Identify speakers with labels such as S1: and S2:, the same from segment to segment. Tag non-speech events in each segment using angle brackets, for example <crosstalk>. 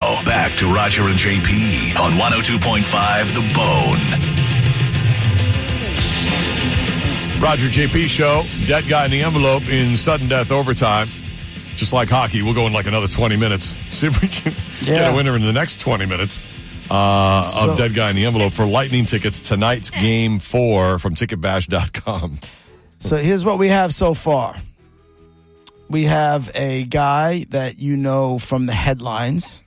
S1: Now back to Roger and JP on 102.5 The Bone.
S2: Roger JP show, dead guy in the envelope in sudden death overtime. Just like hockey, we'll go in like another 20 minutes. <laughs> See if we can get
S3: Yeah.
S2: a winner in the next 20 minutes uh, of
S3: So-
S2: Dead Guy in the Envelope for Lightning tickets tonight's game four from ticketbash.com.
S3: So here's what we have so far. We have a guy that you know from the headlines.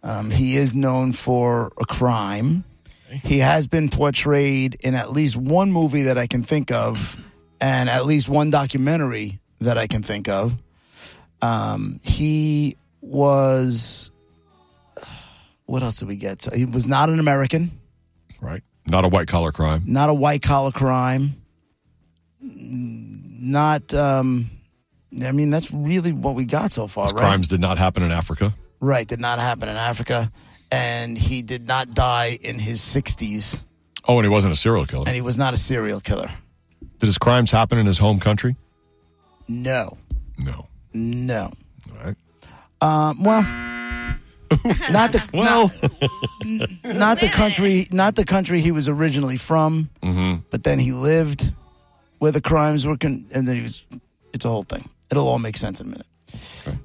S3: Um, he is known for a crime. He has been portrayed in at least one movie that I can think of, and at least one documentary that I can think of. Um, he was. What else did we get? So he was not an American
S2: Right? Not a white collar crime.
S3: not a white collar crime, N- not. Um, I mean, that's really what we got so far,
S2: These
S3: right?
S2: crimes did not happen in Africa.
S3: Right, did not happen in Africa, and he did not die in his sixties,
S2: Oh, and he wasn't a serial killer.
S3: and he was not a serial killer.
S2: Did his crimes happen in his home country?
S3: No,
S2: No.
S3: no.
S2: All right.
S3: Um, well, not the
S2: Well,
S3: not the country not the country he was originally from, but then he lived where the crimes were, con- and then he was. It's a whole thing. It'll all make sense in a minute,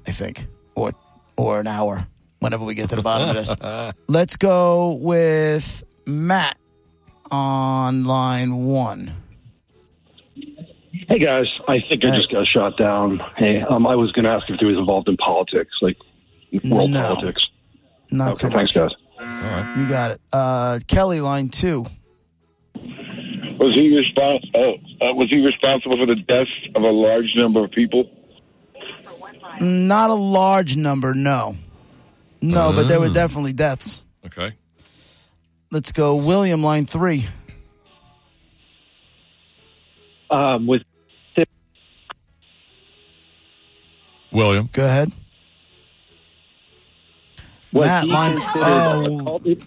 S3: I think, or or an hour, whenever we get to the bottom of this. Let's go with Matt on line one.
S4: Hey guys, I think I just got shot down. Hey, um, I was going to ask if he was involved in politics, like world
S3: No.
S4: politics.
S3: Not
S4: Okay,
S3: so
S4: thanks,
S3: much.
S4: guys.
S3: You got it, uh, Kelly. Line two.
S5: Was he responsible? Uh, uh, was he responsible for the deaths of a large number of people?
S3: Not a large number, no, no, but there were definitely deaths.
S2: okay.
S3: Let's go, William. Line three.
S6: um, was
S2: William.
S3: Go ahead.
S6: was
S3: Matt,
S6: he
S3: line.
S6: considered a
S3: Oh,
S6: cult? leader?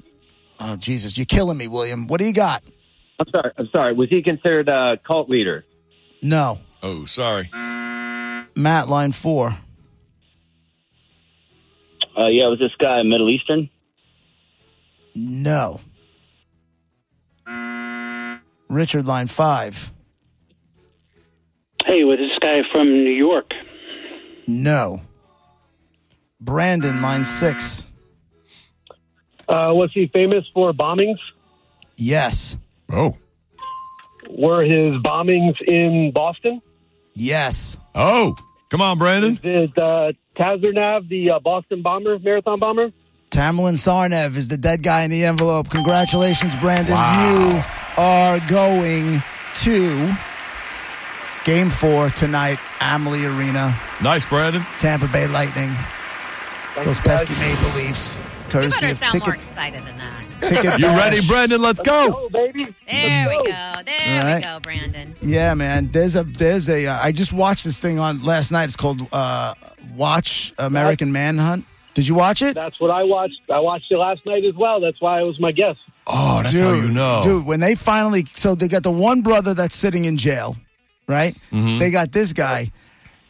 S3: oh, Jesus, you're killing me, William. What do you got?
S6: I'm sorry. I'm sorry. Was he considered a cult leader?
S3: No,
S2: Oh, sorry.
S3: Matt, line four.
S7: Uh, yeah, was this guy Middle Eastern?
S3: No. Richard, line five.
S8: Hey, was this guy from New York?
S3: No. Brandon, line six.
S9: Uh, was he famous for bombings?
S3: Yes.
S2: Oh.
S9: Were his bombings in Boston?
S3: Yes.
S2: Oh. Come on, Brandon.
S9: Did uh, Tazernav, the uh, Boston bomber, marathon bomber?
S3: Tamlin Sarnev is the dead guy in the envelope. Congratulations, Brandon. You are going to game four tonight, Amalie Arena.
S2: Nice, Brandon.
S3: Tampa Bay Lightning. Those
S9: guys.
S3: pesky Maple Leafs,
S10: You
S3: courtesy
S10: better
S3: of
S10: sound more
S3: ticket.
S10: excited than that.
S2: <laughs>
S3: ticket
S2: You
S3: Bash.
S2: ready, Brandon? Let's go.
S9: Oh, baby.
S2: Mm.
S10: There we
S9: Let's
S10: go.
S9: go.
S10: There
S3: All right.
S10: we go, Brandon.
S3: Yeah, man. There's a there's a. Uh, I just watched this thing on last night. It's called uh, Watch American Manhunt. Did you watch it?
S9: That's what I watched. I watched it last night as well. That's why it was my guess.
S2: Oh, that's how you know.
S3: Dude, when they finally so they got the one brother that's sitting in jail, right?
S2: Mm-hmm.
S3: They got this guy.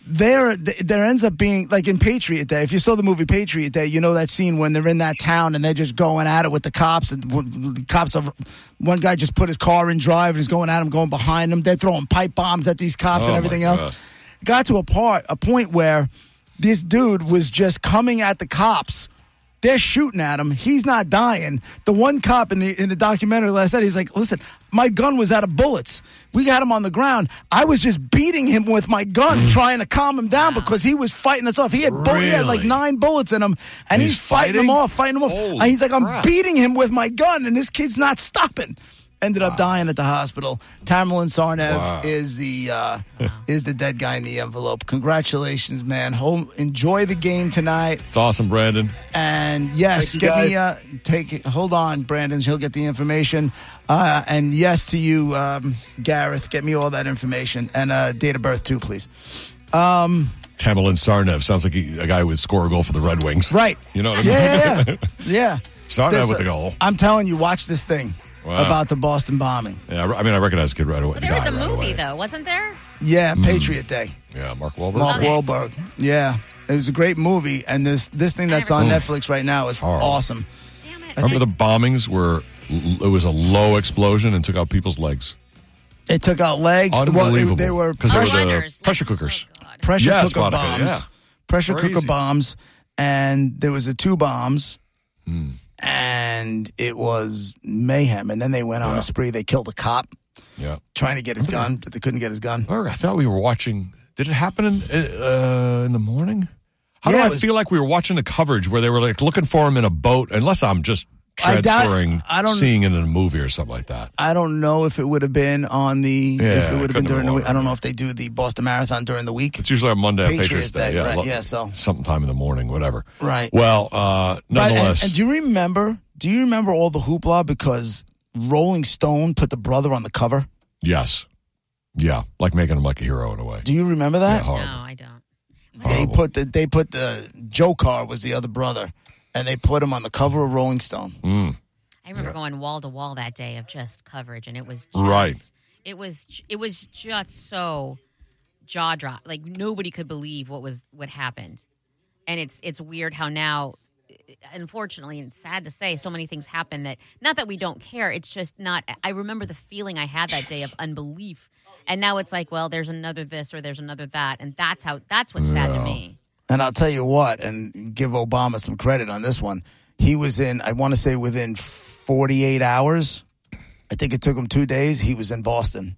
S3: There, th- there ends up being like in Patriot Day. If you saw the movie Patriot Day, you know that scene when they're in that town and they're just going at it with the cops, and w- the cops are. One guy just put his car in drive and is going at him, going behind him. They're throwing pipe bombs at these cops
S2: Oh,
S3: and
S2: my
S3: everything else.
S2: God.
S3: Got to a part, a point where this dude was just coming at the cops they're shooting at him. He's not dying. The one cop in the in the documentary last night, he's like, "Listen, my gun was out of bullets. We got him on the ground. I was just beating him with my
S2: Mm.
S3: gun, trying to calm him down because he was fighting us off. He had, bull- he had like
S2: Really?
S3: nine bullets in him, and he's,
S2: he's
S3: fighting,
S2: fighting?
S3: them off, fighting them off.
S2: Holy
S3: and he's like, I'm
S2: crap.
S3: beating him with my gun, and this kid's not stopping." Ended up dying at the hospital. Tamerlan Sarnev
S2: Wow.
S3: is the uh, is the dead guy in the envelope. Congratulations, man! Home, enjoy the game tonight.
S2: It's awesome, Brandon.
S3: And yes,
S9: Thank you,
S3: give me uh, take it. Hold on, Brandon. He'll get the information. Uh, and yes to you, um, Gareth. Get me all that information and uh, date of birth too, please.
S2: Tamerlan Sarnev sounds like he, a guy who would score a goal for the Red Wings.
S3: Right.
S2: You know what I mean?
S3: Yeah,
S9: <laughs>
S3: yeah, yeah. yeah.
S2: Sorry
S3: This-
S2: with the goal.
S3: I'm telling you, watch this thing
S2: Wow.
S3: about the Boston bombing.
S2: Yeah, I re- I mean, I recognize the kid right away.
S10: But
S2: the
S10: there was
S2: guy
S10: a
S2: right
S10: movie
S2: away. Mm.
S10: though, wasn't there?
S3: Yeah, Patriot Day.
S2: Yeah, Mark Wahlberg.
S3: Mark
S10: Okay.
S3: Wahlberg. Yeah. It was a great movie, and this this thing that's on Netflix right now is
S2: Horrible.
S3: awesome.
S10: Damn it. Oh,
S2: Remember the bombings were l- it was a low explosion and took out people's legs.
S3: It took out legs. Well, they,
S2: Unbelievable.
S3: they were
S2: 'Cause
S10: Our
S2: there was
S3: pressure,
S2: a-
S10: liners,
S2: pressure
S10: let's-
S2: cookers.
S10: oh, God.
S3: pressure
S2: Yes,
S3: cooker
S2: Monica,
S3: bombs.
S2: yeah.
S3: Pressure
S2: Crazy.
S3: cooker bombs, and there was the two bombs,
S2: Hmm.
S3: and it was mayhem. And then they went on
S2: Yeah. Hmm.
S3: a spree. They killed a cop
S2: Yeah.
S3: trying to get his gun, but they couldn't get his gun.
S2: Or I thought we were watching. Did it happen in uh, in the morning? How
S3: Yeah,
S2: do I
S3: it was-
S2: feel like we were watching the coverage where they were like looking for him in a boat? Unless I'm just
S3: I doubt-
S2: transferring,
S3: I don't-
S2: seeing it in a movie or something like that.
S3: I don't know if it would have been on the
S2: Yeah, it
S3: if it would have
S2: couldn't
S3: been
S2: have been
S3: during the week.
S2: longer.
S3: I don't know if they do the Boston Marathon during the week.
S2: It's usually on Monday, on Patriots
S3: Patriots
S2: Day,
S3: Day,
S2: yeah,
S3: right,
S2: lo-
S3: yeah, so-
S2: sometime in the morning, whatever.
S3: Right.
S2: Well, uh,
S3: But- and-
S2: nonetheless,
S3: and, do you remember? Do you remember all the hoopla because Rolling Stone put the brother on the cover?
S2: yes, yeah, like making him like a hero in a way.
S3: Do you remember
S2: Yeah,
S3: that?
S10: No,
S2: horrible.
S10: I don't.
S3: they
S2: horrible.
S3: put the they put the Joe Carr was the other brother, and they put him on the cover of Rolling Stone.
S2: Mm.
S10: I remember
S2: Yeah.
S10: going wall to wall that day of just coverage, and it was just,
S2: Right.
S10: It was it was just so jaw drop. Like nobody could believe what was what happened, and it's it's weird how now, uh, unfortunately, and it's sad to say, so many things happen that not that we don't care. It's just not. I remember the feeling I had
S2: <laughs>
S10: that day of unbelief, and now it's like, well, there's another this or there's another that, and that's how that's what's sad to
S2: Yeah.
S10: me.
S3: And I'll tell you what, and give Obama some credit on this one. He was in, I want to say, within 48 hours. I think it took him two days. He was in Boston,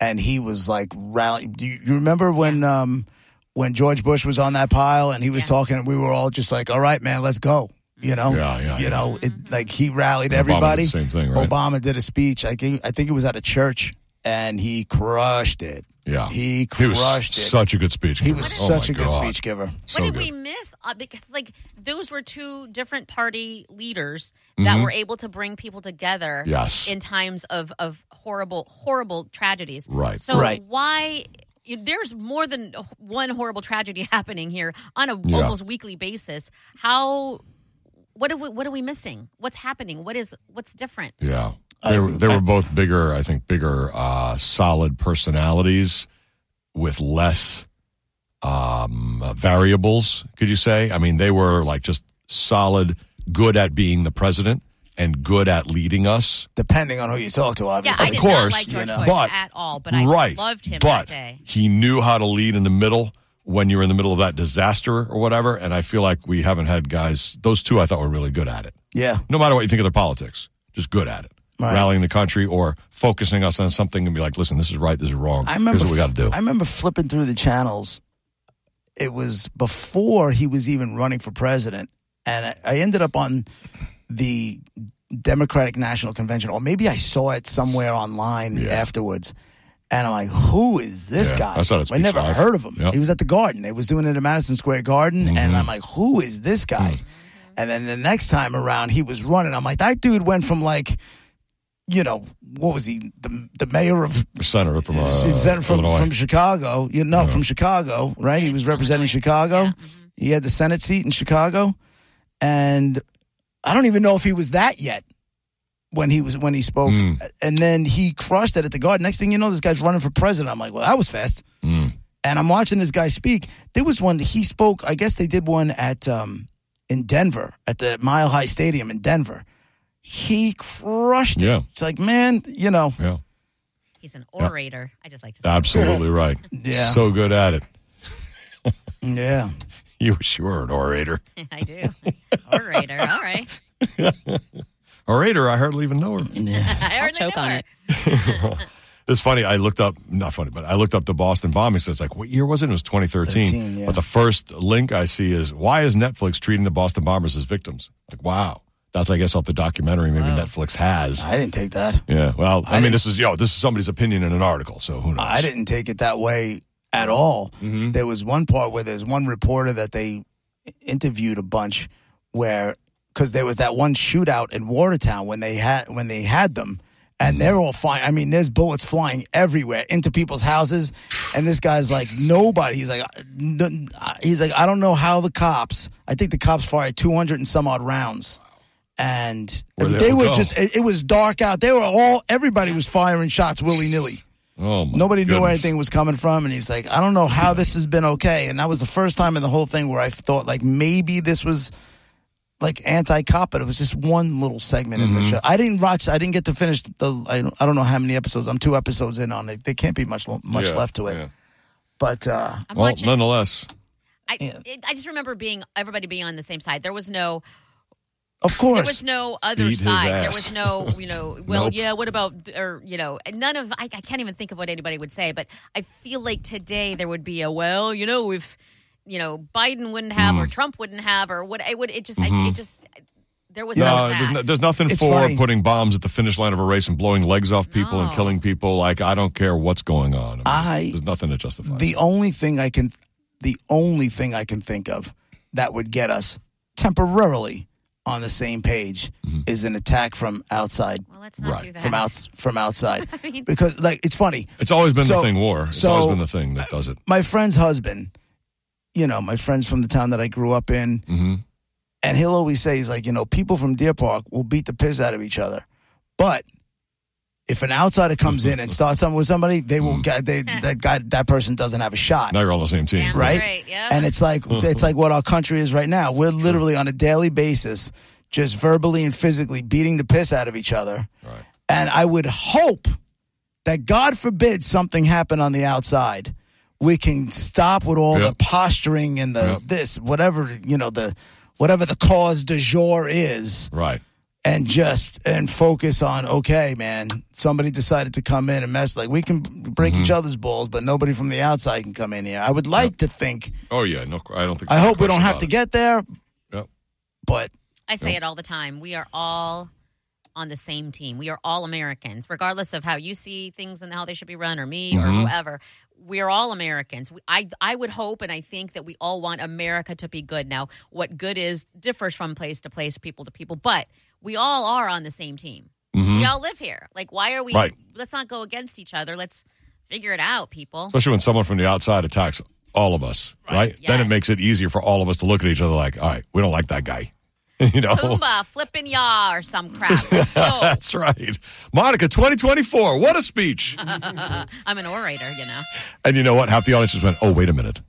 S3: and he was like rallying. Do you, you remember when um, when George Bush was on that pile and he was
S10: Yeah.
S3: talking? And we were all just like, "All right, man, let's go." You know,
S2: Yeah, yeah,
S3: you
S2: yeah.
S3: know, it, like he
S2: Obama
S3: rallied
S2: did
S3: everybody.
S2: the same thing, right?
S3: Obama did a speech. I think I think it was at a church, and he crushed it.
S2: Yeah,
S3: he
S2: was
S3: crushed it.
S2: Such a good speech.
S3: He
S2: giver.
S3: was
S2: Oh,
S3: such
S2: my
S3: a good
S2: God.
S3: speech giver.
S2: So
S10: what did
S2: good.
S10: we miss? Uh, because like those were two different party leaders that were able to bring people together
S2: Mm-hmm. Yes.
S10: in times of of horrible horrible tragedies.
S2: Right.
S10: So
S3: Right.
S10: why you- there's more than one horrible tragedy <laughs> happening here on a
S2: Yeah.
S10: almost weekly basis. How what are we what are we missing? What's happening? What is what's different?
S2: Yeah.
S3: I
S2: They, were-
S3: think
S2: they
S3: I-
S2: were both bigger, I think, bigger, uh, solid personalities with less um, uh, variables, could you say? I mean, they were like just solid, good at being the president and good at leading us.
S3: depending on who you talk to,
S10: Yeah,
S3: obviously.
S10: I did
S2: course,
S10: not like George
S3: you know.
S10: Bush
S2: But-
S10: at all, but I
S2: right.
S10: loved him
S2: but
S10: that day.
S2: He knew how to lead in the middle when you're in the middle of that disaster or whatever. And I feel like we haven't had guys, those two I thought were really good at it.
S3: yeah.
S2: no matter what you think of their politics, just good at it.
S3: Right.
S2: Rallying the country or focusing us on something and be like, listen, this is right, this is wrong.
S3: I remember
S2: Here's what we got to do.
S3: I remember flipping through the channels. It was before he was even running for president, and I, I ended up on the Democratic National Convention, or maybe I saw it somewhere online
S2: Yeah.
S3: afterwards. And I'm like, who is this
S2: Yeah,
S3: guy?
S2: I saw his
S3: I
S2: speech
S3: never
S2: live.
S3: heard of him.
S2: Yep. Mm-hmm.
S3: He was at the Garden. They was doing it at Madison Square Garden, and I'm like, who is this guy? And then the next time around, he was running. I'm like, that dude went from like, you know, what was he? The the mayor of
S2: Senator from, uh,
S3: He's sent from
S2: Illinois.
S3: from Chicago. You know, from Chicago, right? He was representing Chicago. He had the Senate seat in Chicago, and I don't even know if he was that yet when he was when he spoke.
S2: Mm.
S3: And then he crushed it at the guard. Next thing you know, this guy's running for president. I'm like, well, that was fast.
S2: Mm.
S3: And I'm watching this guy speak. There was one that he spoke. I guess they did one at um, in Denver at the Mile High Stadium in Denver. He crushed it.
S2: Yeah.
S3: It's like, man, you know,
S2: <laughs> yeah,
S10: He's an orator. I just like to
S3: <laughs>
S10: say
S2: absolutely right.
S3: Yeah.
S2: So good at it. <laughs>
S3: yeah.
S2: You were sure an orator.
S10: <laughs> I do. orator. All right.
S2: Orator, I hardly even know her.
S10: I already
S11: choke
S10: know
S11: on
S10: her.
S11: it.
S2: It's funny. I looked up, not funny, but I looked up the Boston bombing. So it's like, what year was it? It was 2013.
S3: 13, yeah.
S2: But the first link I see is why is Netflix treating the Boston bombers as victims? Like, wow. That's, I guess, off the documentary maybe Netflix has.
S3: I didn't take that.
S2: Yeah. Well, I,
S3: I
S2: mean,
S3: didn't-
S2: this is yo, this is somebody's opinion in an article, so who knows? Mm-hmm.
S3: I didn't take it that way at all. There was one part where there's one reporter that they interviewed a bunch where because there was that one shootout in Watertown when they had when they had them.
S2: Mm-hmm.
S3: And they're all fine. I mean, there's bullets flying everywhere into people's houses, and this guy's like nobody. He's like, "N- I- he's like, I don't know how the cops. I think the cops fired 200 and some odd rounds, and
S2: Where'd they
S3: they
S2: all
S3: were
S2: go?
S3: just. It, it was dark out. They were all. Everybody was firing shots willy nilly.
S2: Oh my
S3: Nobody knew where
S2: goodness.
S3: anything was coming from, and he's like, I don't know how this has been okay. And that was the first time in the whole thing where I thought like maybe this was like anti cop, but it was just one little segment in
S2: Mm-hmm.
S3: the show. I didn't watch. I didn't get to finish the. I don't, I don't know how many episodes. I'm two episodes in on it. There can't be much lo- much
S2: Yeah,
S3: left to it.
S2: yeah.
S3: But uh,
S10: I'm
S2: Well,
S10: watching.
S2: nonetheless,
S10: I,
S3: Yeah.
S10: it, I just remember being everybody being on the same side. There was no,
S3: of
S10: there
S3: course,
S10: was no other
S2: Beat his
S10: side. There
S2: ass.
S10: was no,
S2: <laughs>
S10: you know, well,
S2: Nope.
S10: yeah. What about or you know, none of. I, I can't even think of what anybody would say. But I feel like today there would be a well, you know, if you know Biden wouldn't have
S2: Mm.
S10: or Trump wouldn't have or what it would. It just, I, it just, there was none
S2: Mm-hmm. no,
S10: of
S2: there's,
S10: that.
S2: no, there's nothing
S3: It's
S2: for
S3: funny.
S2: putting bombs at the finish line of a race and blowing legs off people and
S10: No.
S2: killing people. Like I don't care what's going on. I, mean,
S3: I-
S2: there's nothing to justify. it.
S3: the only thing I can, the only thing I can think of that would get us temporarily on the same page
S2: Mm-hmm.
S3: is an attack from outside,
S10: well, let's not
S2: Right.
S10: do that.
S3: from outs, from outside.
S10: <laughs> I mean-
S3: because like it's funny.
S2: It's always been
S3: So-
S2: the thing. War. It's
S3: so-
S2: always been the thing that does it.
S3: my friend's husband, you know, my friends from the town that I grew up in,
S2: hmm
S3: and he'll always say, he's like, you know, people from Deer Park will beat the piss out of each other. But if an outsider comes in and starts something with somebody, they will get, they, that guy, that person doesn't have a shot.
S2: Now you're all on the same team,
S10: Damn
S3: right?
S10: Yeah.
S3: And it's like,
S2: Mm-hmm.
S3: it's like what our country is right now. We're literally on a daily basis, just verbally and physically beating the piss out of each other.
S2: Right.
S3: And I would hope that God forbid something happen on the outside. We can stop with all
S2: Yep.
S3: the posturing and the
S2: Yep.
S3: this, whatever you know, the whatever the cause du jour is,
S2: Right.
S3: and just and focus on okay, man, somebody decided to come in and mess like we can break
S2: Mm-hmm.
S3: each other's balls, but nobody from the outside can come in here. I would like to think
S2: Oh yeah. No, I don't think.
S3: I
S2: there's any
S3: hope we don't
S2: question
S3: have
S2: about
S3: to
S2: it.
S3: get there,
S2: Yep.
S3: but
S10: I say it all the time. We are all on the same team. We are all Americans, regardless of how you see things and how they should be run, or me, or whoever. We are all Americans. We, I I would hope and I think that we all want America to be good. Now, what good is differs from place to place, people to people, but we all are on the same team.
S2: Mhm.
S10: We all live here. Like, why are we?
S2: Right.
S10: Let's not go against each other. Let's figure it
S2: <laughs>
S10: out, people.
S2: especially when someone from the outside attacks all of us, right? Then it
S10: Yes.
S2: makes it easier for all of us to look at each other like, all right, we don't like that guy. <laughs> you know?
S10: Pumbaa, flipping yaw, or some crap. Let's go.
S2: <laughs> That's right. Monica, 2024, what a
S10: <laughs>
S2: speech.
S10: I'm an orator, you know.
S2: and you know what? Half the audience just went, oh, wait a minute.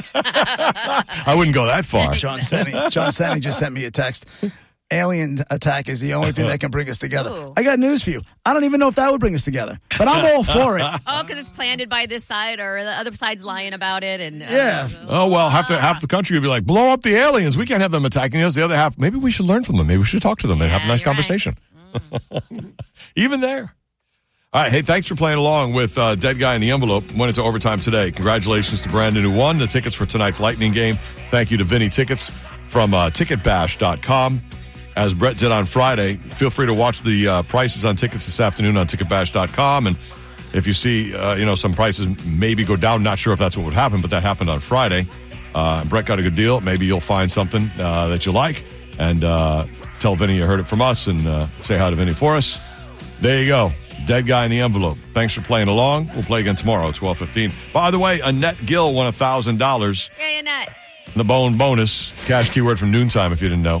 S2: <laughs> I wouldn't go that
S10: <laughs>
S2: far.
S3: John Senny. John Senny just sent me a text. Alien attack is the only thing that can bring us together.
S10: Ooh.
S3: I got news for you. I don't even know if that would bring us together, but I'm all for it.
S10: Oh, because it's planted by this side or the other side's lying about it, and uh,
S3: Yeah.
S2: Oh, well, half
S10: Ah.
S2: the, half the country would be like, blow up the aliens. We can't have them attacking us. The other half, maybe we should learn from them. Maybe we should talk to them and have a
S10: Yeah,
S2: nice
S10: you're right. Mm.
S2: conversation. <laughs> Even there. All right. Hey, thanks for playing along with uh, Dead Guy in the Envelope. Went into overtime today. Congratulations to Brandon who won the tickets for tonight's Lightning game. Thank you to Vinny Tickets from uh, TicketBash.com. As Brett did on Friday, feel free to watch the uh, prices on tickets this afternoon on TicketBash.com. And if you see, uh, you know, some prices maybe go down. Not sure if that's what would happen, but that happened on Friday. Uh, Brett got a good deal. Maybe you'll find something uh, that you like. And uh, tell Vinny you heard it from us and uh, say hi to Vinny for us. There you go. Dead guy in the envelope. Thanks for playing along. We'll play again tomorrow at twelve fifteen. By the way, Annette Gill won thousand dollars.
S10: yeah, Annette.
S2: The bone bonus cash keyword from noontime. If you didn't know,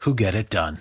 S11: who get it done.